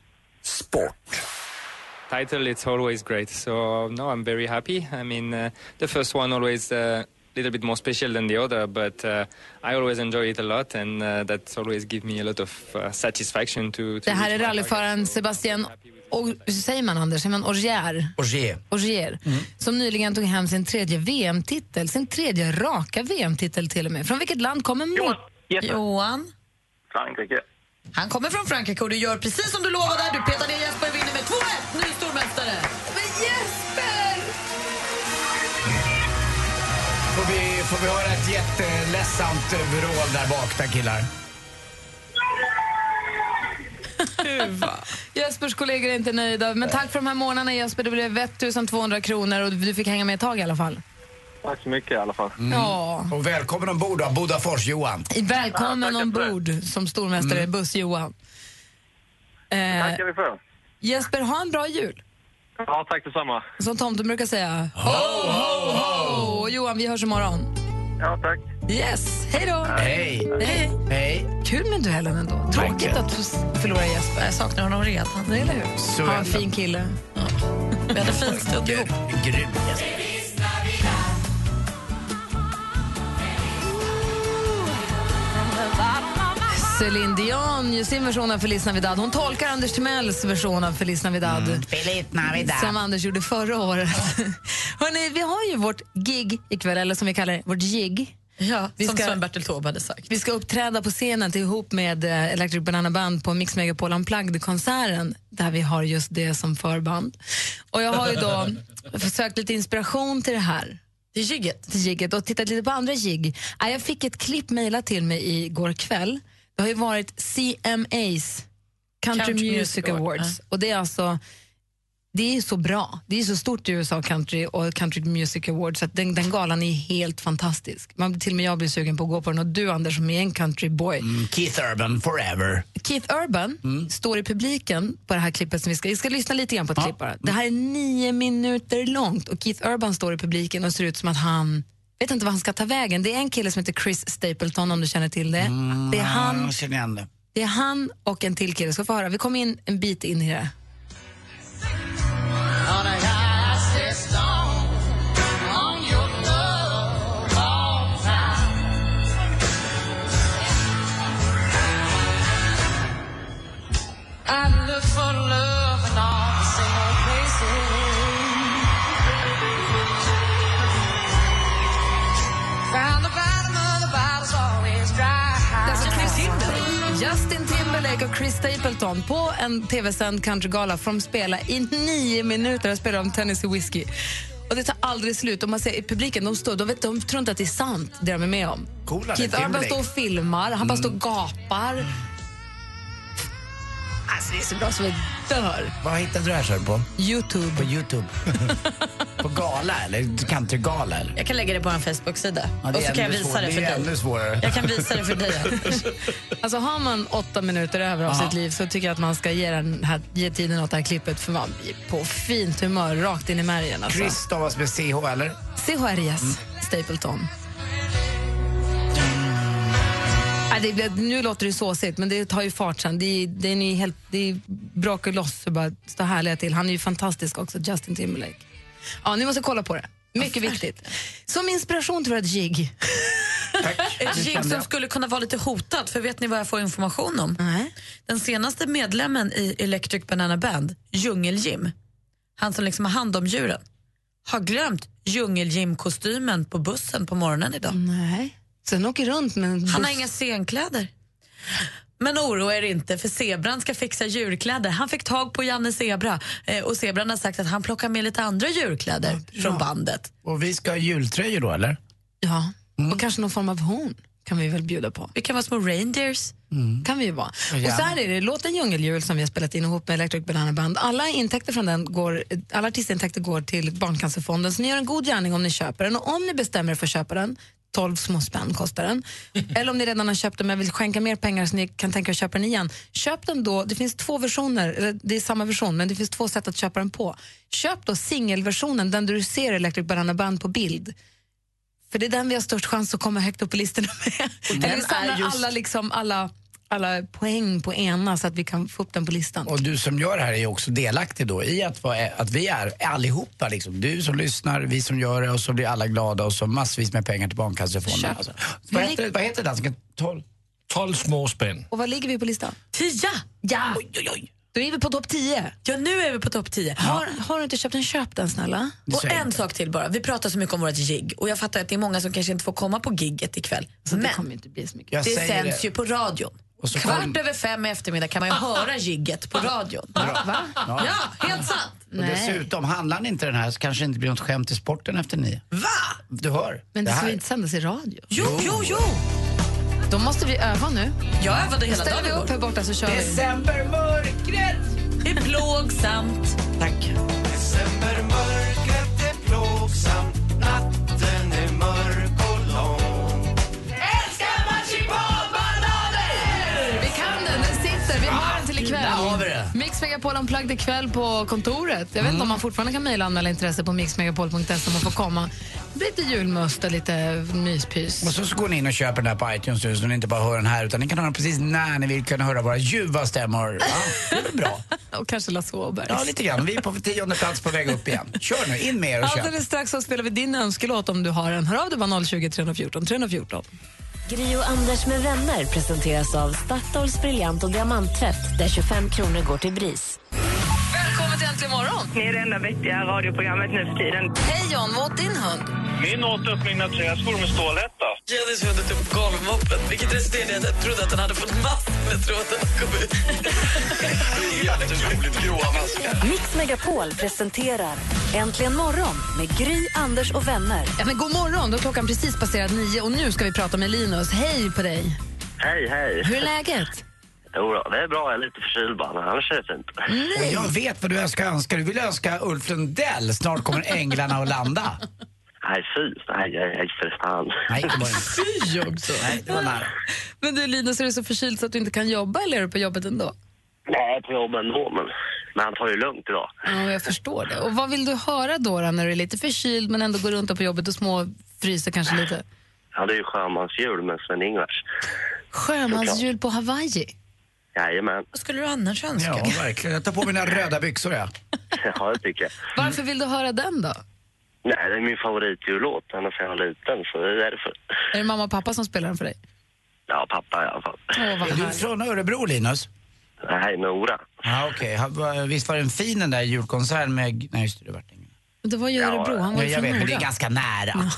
S19: title it's always great so no i'm very happy i mean uh, the first one always a little bit more special than the other but uh, i always enjoy it a lot and uh, that's always give me a lot of uh, satisfaction to, to
S4: Det här är rallyföraren Sebastian... Och, hur säger man, Anders? Säger man Ogier?
S5: Ogier.
S4: Ogier, som nyligen tog hem sin tredje VM-titel, sin tredje raka VM-titel till och med. Från vilket land kommer mot...
S6: Johan?
S15: Frankrike.
S6: Han kommer från Frankrike och du gör precis som du lovade. Du petar ner Jesper och vinner med 2-1. Nu är stormästare. Men Jesper!
S5: Får vi, får vi höra ett jätteledsamt eh, vrål där bak, där killar?
S4: <laughs> Jespers kollegor är inte nöjda. Men tack för de här månaderna, Jesper. Det blev 1200 kronor och du fick hänga med ett tag i alla fall.
S16: Tack så mycket i alla fall.
S4: Ja.
S5: Mm. Och välkommen ombord då, Bodafors, Johan.
S4: Välkommen ombord som stormästare Buss-Johan. Eh,
S16: Mm. Tackar vi för.
S4: Jesper, ha en bra jul.
S16: Ja, tack detsamma.
S4: Som tomten brukar säga. Ho, ho, ho! Och Johan, vi hörs imorgon.
S16: Ja, tack.
S4: Yes, hej då!
S5: Hej.
S4: Hej.
S5: Hej.
S4: Kul med duellen ändå. Tråkigt
S5: Verkligen.
S4: att f- förlora Jesper. Jag saknar honom redan. Eller
S5: Så
S4: hur? Han är en
S5: är det.
S4: fin kille. Vi hade fin stund ihop.
S5: Grym.
S4: Céline Dion gör sin version av Feliz Navidad. Hon tolkar Anders Timells version av Feliz Navidad.
S5: Mm,
S20: Feliz Navidad.
S4: Som Anders gjorde förra året. <laughs> Hörrni, vi har ju vårt gig ikväll, eller som vi kallar det, vårt jig.
S6: Ja,
S4: Vi
S6: som
S4: ska-
S6: Sven-Bertil Taube hade sagt.
S4: Vi ska uppträda på scenen ihop med eh, Electric Banana Band på Mix Megapol Unplugged-konserten där vi har just det som förband. Och jag har
S6: <laughs>
S4: ju då försökt lite inspiration till det här.
S6: Till jigget?
S4: Till jigget och tittat lite på andra jigg. Äh, Jag fick ett klipp mejlat till mig igår kväll. Det har ju varit CMAs, Country,
S6: Country
S4: Music,
S6: Music Award,
S4: Awards.
S6: ja.
S4: Och det är alltså det är så bra. Det är så stort i USA, Country och Country Music Awards, så att den, den galan är helt fantastisk. Man, till och med jag blir sugen på att gå på den och du Anders som är en countryboy.
S5: Mm, Keith Urban forever.
S4: Keith Urban står i publiken på det här klippet som vi ska, vi ska lyssna lite grann på ett klipp bara. Det här är nio minuter långt och Keith Urban står i publiken och ser ut som att han vet inte vad han ska ta vägen. Det är en kille som heter Chris Stapleton om du känner till det.
S5: Mm.
S4: det, är han,
S5: Jag känner igen det.
S4: det är han och en till kille. Ska få höra. Vi kom in en bit in i det. Alltså, Justin Timberlake och Chris Stapleton på en tv-sänd countrygala får de spela i nio minuter. Där spelar de Tennessee Whiskey. Och det tar aldrig slut. Och man ser i publiken, de, står, de, vet, de tror inte att det är sant, det de är med om.
S5: Coolare,
S4: Keith Urban
S5: Timberlake. Mm.
S4: står och filmar, han bara står och gapar. Alltså, det är så bra så vi dör.
S5: Vad hittade du det här Sören på?
S4: Youtube.
S5: På
S4: <laughs>
S5: Youtube. på gala eller countrygala eller?
S6: Jag kan lägga det på en Facebook-sida.
S5: Ja, det
S6: och
S5: är
S6: så kan jag
S5: ännu
S6: visa
S5: svårare.
S6: det för
S5: Det är
S6: dig.
S5: ännu svårare.
S6: Jag kan visa
S5: <laughs>
S6: det för dig. Anders.
S4: Alltså har man åtta minuter över av
S6: Ja.
S4: sitt liv så tycker jag att man ska ge, den här, ge tiden åt det här klippet för man blir på fint humör rakt in i märgen. Alltså.
S5: Chris stavas med CH eller?
S4: CHRIS
S6: Mm.
S4: Stapleton. Nej, Äh, det, blev- nu låter det såsigt, men det tar ju fart sen. Det, det, är ju helt, det brakar loss och bara står härliga till. Han är ju fantastisk också, Justin Timberlake. Ja, ni måste kolla på det. Mycket viktigt. Som inspiration tror jag ett jig.
S6: Ett gig som skulle kunna vara lite hotat, för vet ni vad jag får information om? Den senaste medlemmen i Electric Banana Band, Djungel-Jim, han som liksom har hand om djuren, har glömt Djungel-Jim-kostymen på bussen på morgonen idag.
S4: Nej. Så han åker runt med en
S6: Han
S4: buss.
S6: har inga scenkläder. Men oroa er inte, för zebran ska fixa djurkläder. Han fick tag på Janne Zebra eh, och zebran har sagt att han plockar med lite andra djurkläder från bandet.
S5: Och vi ska ha jultröjor då eller?
S4: Ja, och kanske någon form av horn kan Mm. vi väl bjuda på. Mm.
S6: Vi kan vara små reindeers.
S4: kan vi ju vara.
S6: Ja.
S4: Och så här är det, låten Djungeljul som vi har spelat in ihop med Electric Banana Band, alla, intäkter från den går, alla artistintäkter går till Barncancerfonden, så ni gör en god gärning om ni köper den. Och om ni bestämmer er för att köpa den, 12 små spänn kostar <laughs> den. Eller om ni redan har köpt den men vill skänka mer pengar så ni kan tänka er att köpa den igen. Köp den då, det finns två versioner, eller det är samma version men det finns två sätt att köpa den på. Köp då singelversionen, den där du ser Electric Banana Band på bild. För det är den vi har störst chans att komma högt upp på listorna med.
S5: den
S4: Eller vi samlar
S5: är just-
S4: alla, liksom, alla, alla poäng på ena så att vi kan få upp den på listan.
S5: Och du som gör det här är ju också delaktig då i att, vara, att vi är allihopa liksom. Du som lyssnar, vi som gör det och så blir alla glada och så massvis med pengar till Barncancerfonden. Alltså. Vad, heter, vad heter dansken? 12?
S11: 12 små spänn.
S4: Och vad ligger vi på listan?
S6: Tia!
S4: Ja! Då är vi på topp 10.
S6: Ja, nu är vi på topp 10.
S4: Har, har du inte köpt den, köp den snälla.
S6: Och en sak till bara. Vi pratar så mycket om vårt gig och jag fattar att det är många som kanske inte får komma på gigget ikväll. Men det kommer
S4: inte bli så mycket.
S6: Det
S4: Jag säger
S6: sänds
S4: det.
S6: ju på radion.
S5: Och så
S6: Kvart
S5: kom-
S6: över fem i eftermiddag kan man ju höra gigget på radion.
S5: Va?
S6: Ja, helt sant.
S5: Och dessutom, handlar ni inte den här så kanske det inte blir något skämt i sporten efter nio.
S6: Va?
S5: Du hör.
S4: Men det
S5: här-
S4: ska inte sändas i radio.
S6: Jo, jo, jo!
S4: Då måste vi öva nu.
S6: Jag övade hela
S4: Ställer
S6: dagen
S4: vi upp här borta så kör vi.
S6: Decembermörkret är plågsamt.
S4: Tack.
S21: Decembermörkret är plågsamt Natten är mörk och lång
S4: Älskar marsipanbananer! Vi kan den, den sitter. Vi har den till ikväll.
S21: Där har vi det.
S4: Mix Megapol Unplugged ikväll på kontoret. Jag vet inte om man fortfarande kan mejla och anmäla intresse på mixmegapol.se om man får komma. Det blir lite julmust och lite myspys.
S5: Och så, så går ni in och köper den här på iTunes nu så ni inte bara hör den här utan ni kan höra den precis när ni vill kunna höra våra
S4: <laughs>
S5: ljuva stämmor. Ja, det är väl bra.
S4: <laughs> Och kanske Lasse Åbergs.
S5: Ja, lite grann. Vi är på tionde plats på väg upp igen. Kör nu, in med er och köp.
S4: Alldeles strax så spelar vi din önskelåt om du har en. Hör av dig bara 020 314 314.
S14: Gri och Anders med vänner presenteras av Statoils briljant och diamanttvätt där 25 kronor går till BRIS.
S4: Välkommen till Äntligen morgon!
S10: Ni är det enda vettiga radioprogrammet nu för tiden.
S4: Hej John, vad åt din hund?
S15: Min åt upp mina träskor med stålhätta.
S21: Jenny svunnet upp golvmoppen typ vilket resulterade i att jag trodde att han hade fått mask med tråden att komma ut. Det är jätteroligt, gråa maskar.
S14: Mix Megapol presenterar Äntligen morgon med Gry, Anders och vänner.
S4: Ja, men god morgon, då har klockan precis passerat nio och nu ska vi prata med Linus. Hej på dig!
S20: Hej, hej.
S4: Hur är läget?
S20: Jo då, det är bra. Jag är lite förkyld bara, men annars är det fint.
S5: Och jag vet vad du önskar önska. Du vill önska Ulf Lundell. Snart kommer änglarna att
S4: <laughs>
S5: landa.
S20: Nej, fy. Nej, nej, nej, för fan.
S5: Nej, det var
S20: <laughs>
S4: Fy också!
S5: Nej, det var nära.
S4: Men du Linus, är du så förkyld så att du inte kan jobba eller är du på jobbet ändå?
S20: Nej, på jobbet ändå, men, men han tar ju lugnt idag.
S4: Ja, jag förstår det. Och vad vill du höra då, då när du är lite förkyld men ändå går runt och på jobbet och små fryser kanske lite?
S20: Ja, det är ju sjömansjul med Sven-Ingvars.
S4: Sjömansjul på Hawaii.
S20: Jajamän. <laughs>
S4: Vad skulle du annars önska?
S5: Ja, verkligen. Jag tar på mina röda byxor, ja.
S20: Ja, det tycker jag.
S4: Varför vill du höra den då?
S20: Nej, det är min favoritjullåt. Ända sedan jag var liten, så det är därför.
S4: Är det mamma och pappa som spelar den för dig?
S20: Ja, pappa i alla fall.
S4: Åh, vad
S5: Är du
S4: härligt.
S5: från Örebro, Linus?
S20: Nej, Nora.
S5: Ja, okej. Ha- va- Visst var den fin den där julkonserten med... Nej, just det, det vart ingen.
S4: Det var ju Örebro, han var
S5: Ja,
S4: ju
S5: jag
S4: från
S5: vet, men det är
S4: Nora.
S5: ganska nära.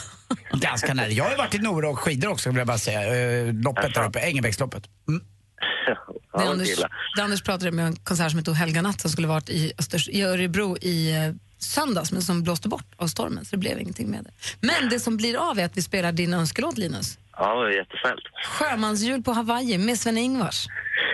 S5: ganska nära. Jag har ju varit i Nora och skidor också, vill jag bara säga. Eh, Loppet där uppe, Engelbrektsloppet.
S4: När
S20: han var
S4: Anders,
S20: kille.
S4: när Anders pratade med en konsert som hette O helga natt som skulle varit i, Östers, i Örebro i eh, söndags men som blåste bort av stormen så det blev ingenting med det. Men det som blir av är att vi spelar din önskelåt Linus.
S20: Ja, det var jättesnällt. <laughs>
S4: Sjömansjul på Hawaii med Sven-Ingvars.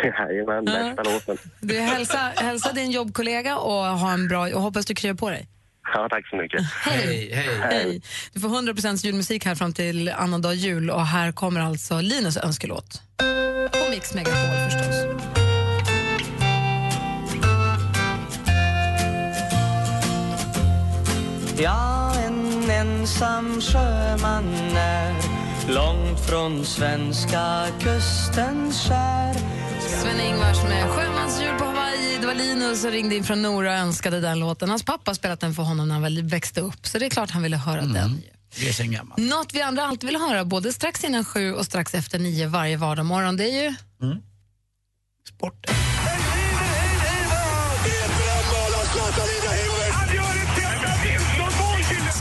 S20: Jajamän, bästa låten.
S4: Du hälsa, hälsa din jobbkollega och ha en bra och hoppas du kryar på dig.
S20: Ja, tack så mycket.
S4: Hej,
S20: hej.
S4: Hej. Du får 100% julmusik här fram till annandag jul och här kommer alltså Linus önskelåt. På Mix Megapol förstås.
S22: Ja, en ensam sjöman är långt från svenska kustens skär
S4: Sven-Ingvars med Sjömansjul på Hawaii. Det var Linus som ringde in från Nora och önskade den låten. Hans pappa har spelat den för honom när han väl växte upp, så det är klart han ville höra
S5: Mm.
S4: den.
S5: Det är sen gammalt.
S4: Något vi andra alltid vill höra, både strax innan sju och strax efter nio varje vardagsmorgon, det är ju...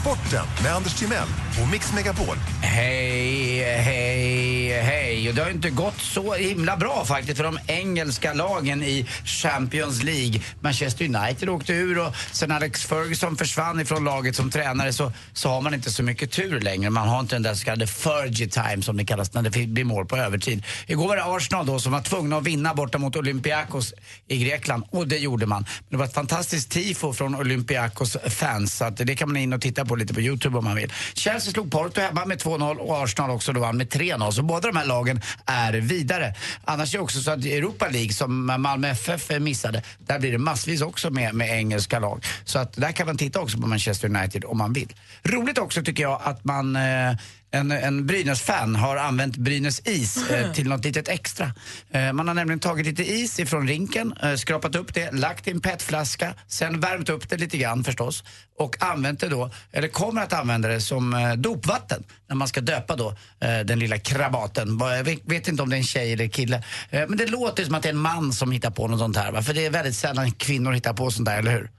S13: Sporten med Anders Timell och Mix Megapol.
S5: Hej, hej, hej. Och det har ju inte gått så himla bra faktiskt för de engelska lagen i Champions League. Manchester United åkte ur och sen Alex Ferguson försvann ifrån laget som tränare så, så har man inte så mycket tur längre. Man har inte den där så kallade Fergie time som det kallas när det fi- blir mål på övertid. Igår var det Arsenal då som var tvungna att vinna borta mot Olympiakos i Grekland och det gjorde man. Men det var ett fantastiskt tifo från Olympiakos fans så att det kan man in och titta på lite på Youtube om man vill. Chelsea slog Porto hemma med 2-0 och Arsenal också då vann med 3-0. Så båda de här lagen är vidare. Annars är det också så att i Europa League som Malmö FF missade, där blir det massvis också med, med engelska lag. Så att där kan man titta också på Manchester United om man vill. Roligt också tycker jag att man eh, en, en Brynäs-fan har använt Brynäs
S4: <laughs>
S5: is eh, till något litet extra. Eh, man har nämligen tagit lite is ifrån rinken, eh, skrapat upp det, lagt i en petflaska, sen värmt upp det lite grann förstås och använt det då, eller kommer att använda det som eh, dopvatten när man ska döpa då eh, den lilla krabaten. Vad- Jag vet- vet inte om det är en tjej eller kille. Eh, men det låter som att det är en man som hittar på något sånt här va? För det är väldigt sällan kvinnor hittar på sånt där, eller hur?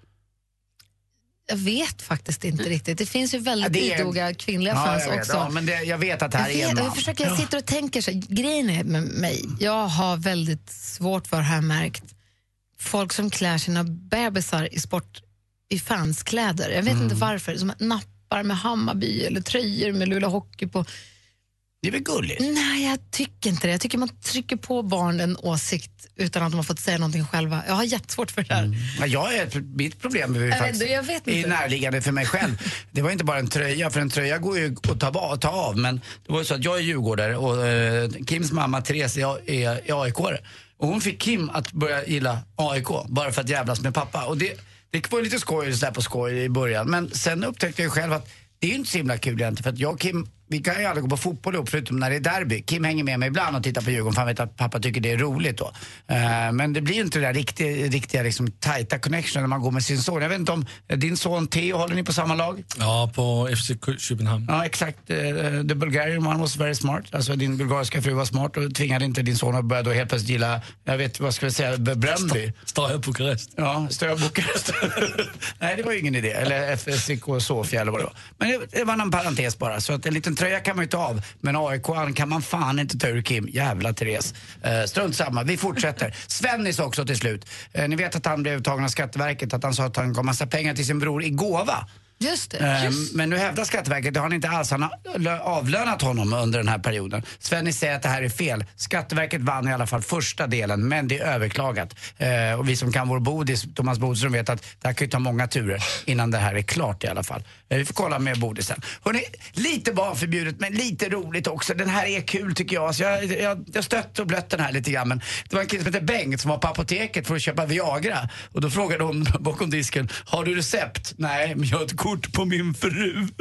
S4: Jag vet faktiskt inte riktigt. Det finns ju väldigt
S5: Mm. Ja, det är-
S4: idoga kvinnliga
S5: Ja,
S4: fans
S5: jag vet.
S4: också.
S5: Ja, men det, jag vet att det här
S4: jag,
S5: är en
S4: vet-
S5: man.
S4: jag, försöker, jag sitter och tänker så här, grejen är med mig, jag har väldigt svårt för, har jag märkt, folk som klär sina bebisar i sport i fanskläder. Jag vet
S5: Mm.
S4: inte varför. Som nappar med Hammarby eller tröjor med Luleå Hockey på.
S5: Det är väl gulligt?
S4: Nej, jag tycker inte det. Jag tycker man trycker på barn en åsikt utan att de har fått säga någonting själva. Jag har jättesvårt för det där.
S5: Ja, jag är ett, mitt problem är ju
S4: Jag vet
S5: faktiskt
S4: inte, jag vet inte.
S5: är närliggande för mig själv. Det var inte bara en tröja, för en tröja går ju att ta, ba- ta av. Men det var ju så att jag är djurgårdare och eh, Kims mamma Therese är, är, är aik Och hon fick Kim att börja gilla AIK bara för att jävlas med pappa. Och det, det var ju lite skoj sådär på skoj i början. Men sen upptäckte jag ju själv att det är ju inte så himla kul egentligen. För att jag och Kim, vi kan ju aldrig gå på fotboll ihop förutom när det är derby. Kim hänger med mig ibland och tittar på Djurgården för han vet att pappa tycker det är roligt då. Eh, men det blir ju inte det där riktiga, riktiga liksom, tajta connection när man går med sin son. Jag vet inte om eh, din son Theo, håller ni på samma lag?
S11: Ja, på FC Köpenhamn.
S5: Ja, exakt. Eh, The Bulgarian one was very smart. Alltså din bulgariska fru var smart och tvingade inte din son att börja då helt plötsligt gilla, jag vet vad ska vi säga, B- Bröndby.
S11: Står jag Bukarest.
S5: Ja, Stöja Bukarest. <laughs> Nej, det var ju ingen idé. Eller FSIK Sofia eller vad det var. Men det- det var en parentes bara. Så att en liten tröja kan man ju ta av, men AIK kan man fan inte ta ur Kim. Jävla Therese. Eh, strunt samma, vi fortsätter. Svennis också till slut. Eh, ni vet att han blev tagen av Skatteverket, att han sa att han gav massa pengar till sin bror i gåva.
S4: Just det.
S5: Eh,
S4: Just
S5: Men nu hävdar Skatteverket, det har han inte alls, han har lö- avlönat honom under den här perioden. Svennis säger att det här är fel. Skatteverket vann i alla fall första delen, men det är överklagat. Eh, Och vi som kan vår bodis, Thomas Bodström, vet att det här kan ju ta många turer innan det här är klart i alla fall. Eh, Vi får kolla med bodisen. Hörrni, lite barnförbjudet, men lite roligt också. Den här är kul tycker jag. Så jag, jag, jag stötte och blötte den här lite grann. Men det var en kille som hette Bengt som var på apoteket för att köpa Viagra. Och då frågade hon <laughs> bakom disken, har du recept? Nej, men jag har ett kort på min fru. <laughs>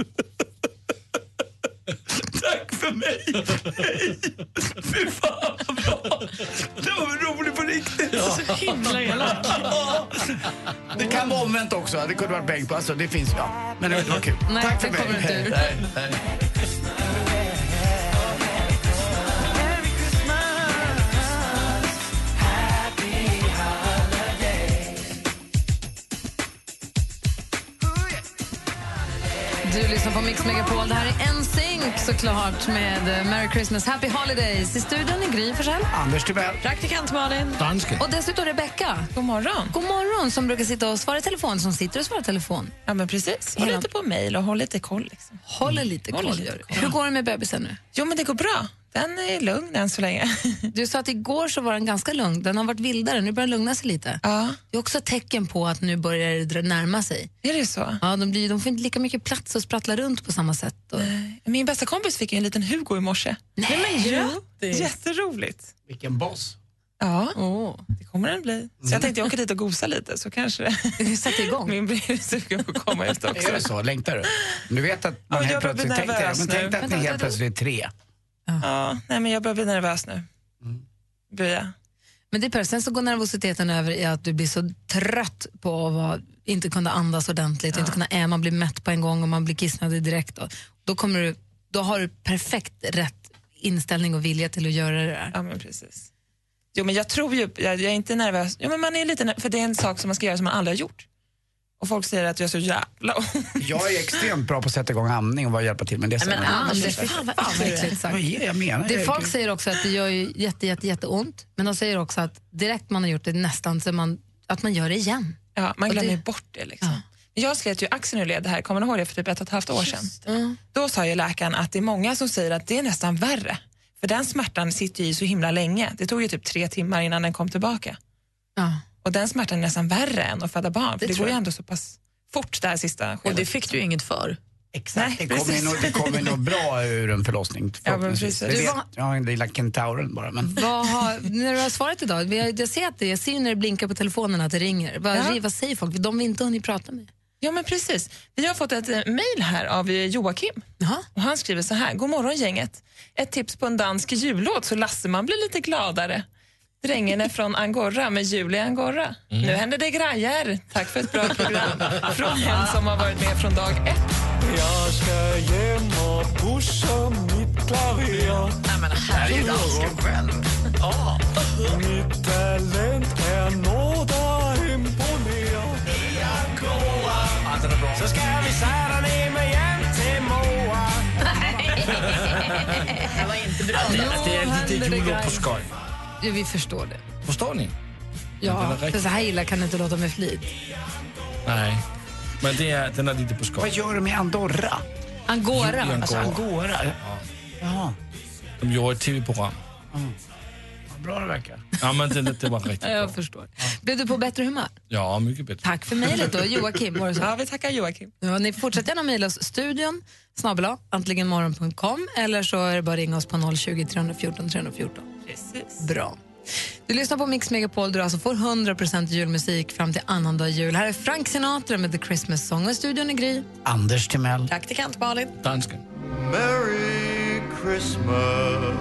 S5: Tack för mig! <laughs> Hej! Fy fan vad bra! Det var väl roligt på riktigt?
S21: Så himla elak.
S5: Ja. Det kan vara omvänt också. Det kunde varit Bengt. Alltså, det finns ja. Men det var kul.
S21: Nej,
S5: Tack för
S21: det kommer
S5: mig.
S21: inte ur.
S5: Nej, nej.
S4: Du lyssnar lyssnar på Mix Megapol. Det här är NSYNC såklart med Merry Christmas, Happy Holidays. I studion är Gry Forssell.
S5: Anders Timell.
S4: Praktikant Malin.
S5: Dansken.
S4: Och dessutom Rebecka. God morgon. God morgon, som brukar sitta och svara i telefon, som sitter och svarar i telefon.
S2: Ja, men precis. Håll lite på mejl och håll lite koll. Liksom.
S4: Håller lite koll. gör du. Hur går det med bebisen nu?
S2: Jo, men det går bra. Den är lugn än så länge. <laughs>
S4: Du sa att igår så var den ganska lugn. Den har varit vildare. Nu börjar den lugna sig lite. Det är också ett tecken på att nu börjar det dra- närma sig.
S2: Är det så?
S4: Ja, de, blir, de får inte lika mycket plats att sprattla runt på samma sätt. Och...
S2: Min bästa kompis fick ju en liten Hugo i morse.
S4: Nej,
S2: Jo, Jätteroligt.
S5: Vilken boss. Mm.
S2: Ja, det kommer den bli. Så jag tänkte jag åker dit och gosa lite så kanske <laughs> det
S4: sätter igång.
S2: Min blir sugen på att komma ut också.
S5: Är det så? Längtar du? Du vet att
S2: Ja,
S5: man helt
S2: jag börjar bli
S5: plötsligt tänkte,
S2: nervös
S5: men
S2: nu.
S5: tänkte att
S2: Vänta,
S5: ni helt
S2: vänta.
S5: plötsligt är tre.
S2: Ja, nej, men jag börjar bli nervös nu.
S5: Mm.
S2: Börjar jag.
S4: Men det är per- sen så går nervositeten över i att du blir så trött på att vara, inte kunna andas ordentligt, inte kunna äta, man blir mätt på en gång och man blir kissnödig direkt. Då, då, kommer du, då har du perfekt rätt inställning och vilja till att göra det där.
S2: Ja, men precis. Jo, men jag tror ju, jag, jag är inte nervös. Jo, men man är lite nervös, för det är en sak som man ska göra som man aldrig har gjort. Och folk säger att jag är så jävla
S5: Jag är extremt bra på att sätta igång amning och bara hjälpa till med det
S4: Men
S5: sen.
S4: Anders, fan vad äckligt sagt.
S5: Vad är det jag menar?
S4: Det
S5: Jag-
S4: folk säger också att det gör ju jätte, jätte, jätteont, men de säger också att direkt man har gjort det nästan så är man, att man gör det igen.
S2: Ja, man
S4: Och
S2: glömmer
S4: det-
S2: bort det. Liksom. Men Jag slet ju axeln ur led här, kommer ni ihåg det, för typ ett och ett halvt år sedan. Då sa ju läkaren att det är många som säger att det är nästan värre. För den smärtan sitter ju så himla länge. Det tog ju typ tre timmar innan den kom tillbaka.
S4: Ja.
S2: Och den smärtan är nästan värre än att föda barn. För det,
S5: Det tror
S2: går ju
S5: jag.
S2: ändå så pass fort det här sista skedet. Och det fick du inget för.
S5: Exakt,
S2: Nej,
S5: Det kommer, nog, det kommer nog bra ur en förlossning förhoppningsvis.
S4: precis.
S5: Ja,
S4: Du
S5: det vet,
S4: var-
S5: ja, en lilla kentauren bara. Men.
S4: Vad har, när du har svarat idag, vi har- jag ser, att det, jag ser ju när det blinkar på telefonen att det ringer. Vad,
S2: Ja.
S4: vad säger folk? De vi inte hunnit prata med.
S2: <laughs> Ja, men precis. Vi har fått ett eh, mejl här av eh, Joakim. Och han skriver så här. God morgon gänget. Ett tips på en dansk jullåt så Lasse man blir lite gladare. Drängen är från Angora med jul i Angora.
S4: Mm.
S2: Nu händer det grejer. Tack för ett bra program från en som har varit med från dag ett.
S21: Jag ska hem och pusha mitt klaver. Nej, men
S2: herregud. Det här är ju dansken
S21: själv. Ja. Mitt talent är nåda imponerad. Så ska vi sära ner mig jämt till Moa.
S2: Det var inte
S4: bra.
S11: Det är lite
S4: händer det
S11: jul och på
S4: grejer.
S11: skoj.
S4: Du, vi förstår det.
S11: Förstår ni?
S4: Ja,
S11: Det är
S4: för så här illa kan det inte låta med flit.
S11: Nej. Men det är, den är lite på skoj.
S5: Vad gör de i Andorra?
S4: Angora.
S11: Jul i
S5: Alltså Angora? Ja.
S11: De gjorde ett tv-program.
S5: Mm. Vad bra det verkar.
S11: Ja, men det, det var
S4: Ja,
S11: riktigt.
S4: jag förstår. Blev du på bättre humör?
S11: Ja, mycket bättre.
S4: Tack för mejlet då, Joakim. Var det så?
S2: Ja, vi tackar Joakim.
S4: Ja, ni fortsätter gärna mejla oss, studion snabel-a, antligenmorgon.com eller så är det bara att ringa oss på 020 314 314.
S2: Precis.
S4: Bra. Du lyssnar på Mix Megapol där du alltså får 100% julmusik fram till annandag jul. Här är Frank Sinatra med The Christmas Song och i studion är Gry.
S5: Anders Timell.
S4: Praktikant Malin.
S11: Dansken.
S21: Merry Christmas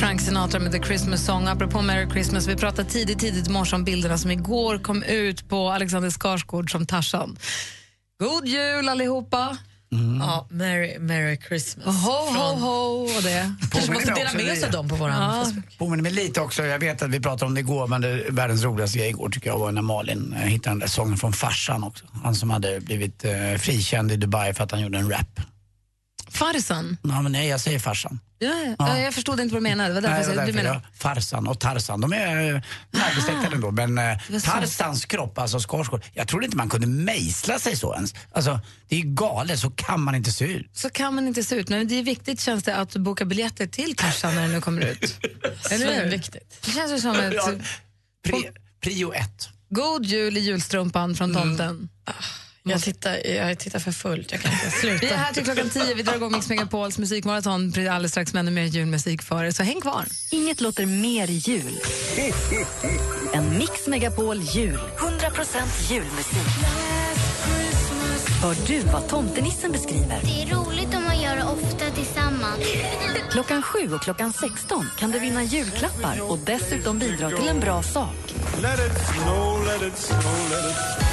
S4: Frank Sinatra med The Christmas Song. Apropå Merry Christmas, vi pratade tidigt, tidigt i morse om bilderna som igår kom ut på Alexander Skarsgård som Tarzan. God jul allihopa!
S2: Ja,
S4: Merry, Merry Christmas. Ho, ho,
S2: Från-
S4: ho och det.
S5: Påminner mig också lite.
S4: Ja.
S5: Påminner mig lite också. Jag vet att vi pratade om det igår, men det, världens roligaste grej igår tycker jag var när Malin eh, hittade den där sången från farsan också. Han som hade blivit eh, frikänd i Dubai för att han gjorde en rap.
S4: Farsan?
S5: Ja, men nej, jag säger farsan.
S4: Ja, ja.
S5: Ja.
S4: jag förstod inte vad du menade. Det var
S5: Nej,
S4: därför
S5: det var
S4: jag, du
S5: därför
S4: menar,
S5: jag, farsan och Tarsan. De är eh, närbesläktade ändå. Men eh,
S4: var så.
S5: Tarsans kropp, alltså Skarsgård. Jag trodde inte man kunde mejsla sig så ens. Alltså, det är ju galet. Så kan man inte se ut.
S4: Så kan man inte se ut, men det är viktigt känns det att boka biljetter till Tarzan när den nu kommer ut.
S2: Svinviktigt.
S4: Det känns ju som ett...
S5: <laughs> Ja, pri- prio ett.
S4: God jul i julstrumpan från tomten.
S2: Ah, Jag tittar, jag tittar för fullt, jag kan inte sluta.
S4: Vi är här till klockan 10. Vi drar igång Mix Megapols musikmaraton pre- alldeles strax med ännu mer julmusik för er, så häng kvar.
S3: Inget låter mer jul än Mix Megapol jul. 100% julmusik. Hör du vad tomtenissen beskriver?
S8: Det är roligt om man gör det ofta tillsammans.
S3: Klockan 7 och klockan 16 kan du vinna julklappar och dessutom bidra till en bra sak.
S21: Let it snow, let it snow, let it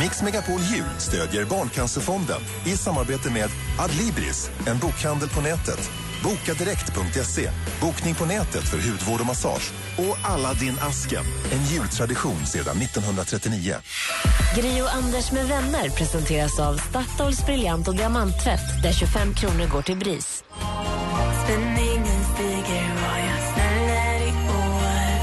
S13: Mix Megapol Jul stödjer Barncancerfonden i samarbete med Adlibris, en bokhandel på nätet. Bokadirekt.se. Bokning på nätet för hudvård och massage. Och Aladdin-asken, en jultradition sedan 1939.
S14: Gri och Anders med vänner presenteras av Statoils briljant och diamanttvätt där 25 kronor går till BRIS.
S7: Spänningen stiger vad jag snäller i år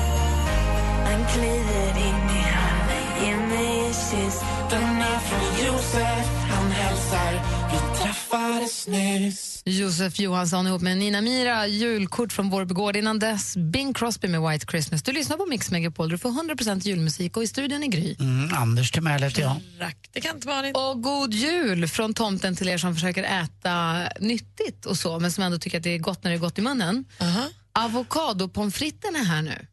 S7: Man kliver in i hallen, ger mig en kyss Denna från Josef, han hälsar Vi träffades nyss
S4: Josef Johansson ihop med Nina Mira, julkort från vår begård. Innan dess Bing Crosby med White Christmas. Du lyssnar på Mix Megapol, du får 100% julmusik och i studion är Gry.
S5: Mm, Anders Timell heter jag.
S4: Det kan inte vara Och god jul från tomten till er som försöker äta nyttigt och så, men som ändå tycker att det är gott när det är gott i munnen. Avokadopommes fritesen är här nu.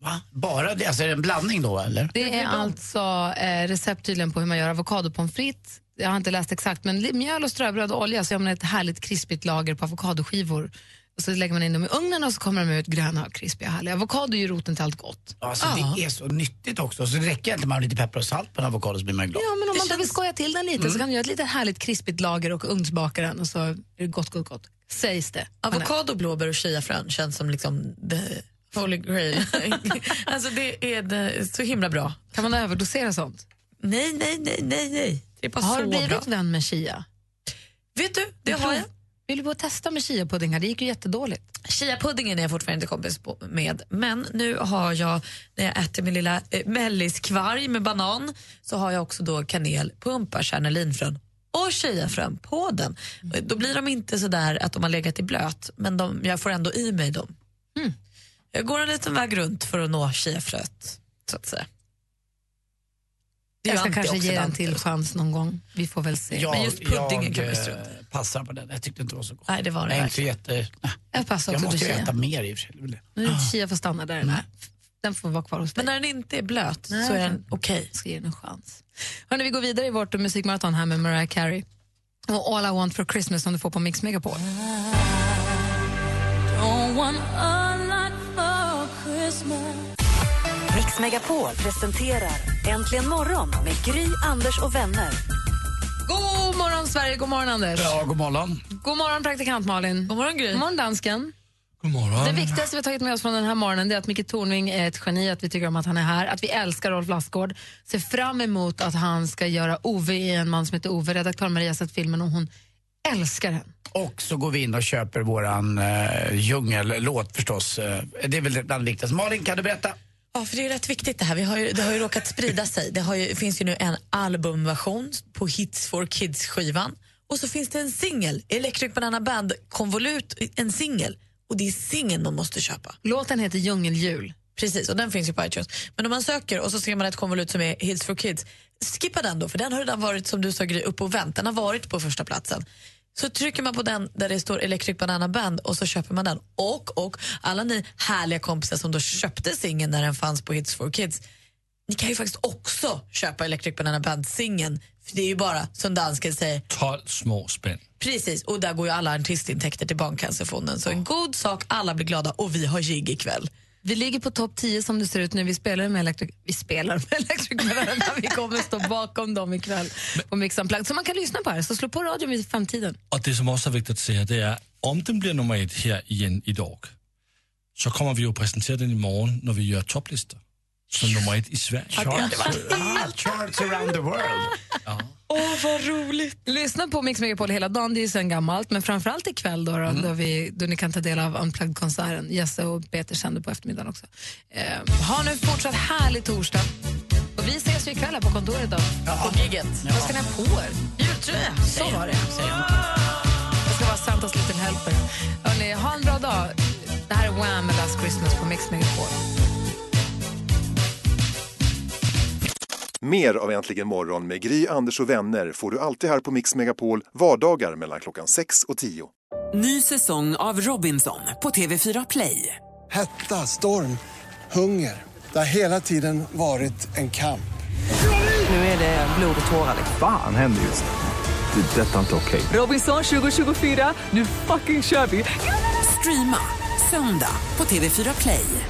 S5: Va? Bara det? Alltså är det en blandning då eller?
S4: Det är alltså eh, recept tydligen på hur man gör avokadopommes frites. Jag har inte läst exakt, men li- mjöl och ströbröd och olja så gör man ett härligt krispigt lager på avokadoskivor. Och så lägger man in dem i ugnen och så kommer de ut gröna och krispiga och härliga. Avokado är ju roten till allt gott.
S5: Alltså det är så nyttigt också. Så det räcker inte med lite peppar och salt på en avokado så blir man glad.
S4: Ja, men om man då vill skoja till den lite
S6: Mm.
S4: så kan du göra ett litet härligt krispigt lager och ugnsbaka den och så är det gott, gott, gott. Sägs det.
S6: Avokado, blåbär och chiafrön känns som liksom the holy <laughs> grail. alltså det är det, så himla bra.
S4: Kan man överdosera sånt?
S6: Nej, nej, nej, nej, nej. Det är bara
S4: har
S6: så
S4: du blivit
S6: bra.
S4: vän med chia?
S6: Vet du, det har jag.
S4: Vill du gå och testa med chiapuddingar? Det gick ju jättedåligt.
S6: Chia-puddingen är jag fortfarande inte kompis på- med, men nu har jag, när jag äter min lilla eh, melliskvarg med banan, så har jag också då kanel, pumpa, kärnelinfrön och chiafrön på den. Eh, Då blir de inte så där att de har legat i blöt, men de, jag får ändå i mig dem. Jag går en liten väg runt för att nå chiafröet, så att säga. Det är
S4: Jag ska
S6: ju
S4: kanske ge den
S6: antioxidanter.
S4: till chans någon gång. Vi får väl se.
S5: Jag,
S4: Men just puddingen
S5: jag,
S4: kan vi
S5: eh,
S4: strunta i.
S5: passar på den. Jag tyckte inte det var så gott.
S4: Nej, det var det
S5: jag är inte så jätte... Nej.
S4: Jag passar
S5: jag
S4: också på
S5: måste ju
S4: chia.
S5: äta mer i och för sig. det är väl det.
S4: Nu är det chia får stanna där den är. Den får vara kvar hos dig.
S6: Ah. Men när den inte är blöt
S4: Nej,
S6: så är
S4: okej.
S6: den okej.
S4: Jag ska ge den en chans. Hörrni, vi går vidare i vårt musikmaraton här med Mariah Carey. Och All I want for Christmas som du får på Mix Megapol.
S7: Don't want a lot for Christmas
S14: Mix Megapol presenterar Äntligen morgon med Gry, Anders och vänner.
S4: God morgon Sverige, god morgon Anders.
S5: Ja, god morgon.
S4: God morgon praktikant Malin. God morgon Gry. God morgon dansken.
S11: God morgon.
S4: Det viktigaste vi har tagit med oss från den här morgonen det är att Micke Tornving är ett geni, att vi tycker om att han är här, att vi älskar Rolf Lassgård, ser fram emot att han ska göra Ove i En man som heter Ove. Redaktör Maria har sett filmen och hon älskar den.
S5: Och så går vi in och köper våran eh, djungellåt förstås. Eh, det är väl bland det viktigaste. Malin, kan du berätta?
S6: Ja, för det är ju rätt viktigt det här. Vi har ju, det har ju råkat sprida sig. Det har ju, finns ju nu en albumversion på Hits for Kids-skivan. Och så finns det en singel, Electric Banana Band konvolut, en singel. Och det är singeln man måste köpa.
S4: Låten heter Djungeljul.
S6: Precis, och den finns ju på iTunes. Men om man söker och så ser man ett konvolut som är Hits for Kids, skippa den då, för den har redan varit, som du sa Gry, upp och vänt. Den har varit på första platsen. Så trycker man på den där det står Electric Banana Band och så köper man den. Och, och alla ni härliga kompisar som då köpte singeln när den fanns på Hits for Kids, ni kan ju faktiskt också köpa Electric Banana Band-singeln. För det är ju bara, som dansken säger,
S11: 12 små spänn.
S6: precis. Och där går ju alla artistintäkter till Barncancerfonden. Så en god sak, alla blir glada och vi har gig ikväll.
S4: Vi ligger på topp 10 som det ser ut nu. Vi spelar med Electric... Vi spelar med Electric Banana. Vi kommer stå bakom dem ikväll på Mix Unplugged. Så man kan lyssna på det här. Så slå på radion vid femtiden.
S11: Och det som också är viktigt att säga det är om den blir nummer ett här igen idag så kommer vi att presentera den imorgon när vi gör topplistor. Som nummer ett i Sverige.
S5: <laughs> ah, charts around the world.
S4: Åh, vad roligt! Lyssna på Mix Megapol hela dagen, det är ju sen gammalt. Men framförallt ikväll då, då, då, vi, då ni kan ta del av Unplugged-konserten. Jesse och Peter sänder på eftermiddagen också. Eh, ha nu fortsatt härlig torsdag. Och vi ses ju ikväll här på kontoret då. På gigget. Vad ska ni ha på er? Jultröja. Så var det. Det ska vara Santas Little Helper. Hörrni, ha en bra dag. Det här är Wham! med Last Christmas på Mix Megapol.
S13: Mer av Äntligen morgon med Gry, Anders och vänner får du alltid här på Mix Megapol vardagar mellan klockan 6 och 10.
S12: Ny säsong av Robinson på TV4 Play.
S9: Hetta, storm, hunger. Det har hela tiden varit en kamp.
S12: Nu är det blod och tårar.
S23: Fan händer just nu. Det. är Detta är inte okej.
S12: Robinson 2024, nu fucking kör vi! Streama söndag på TV4 Play.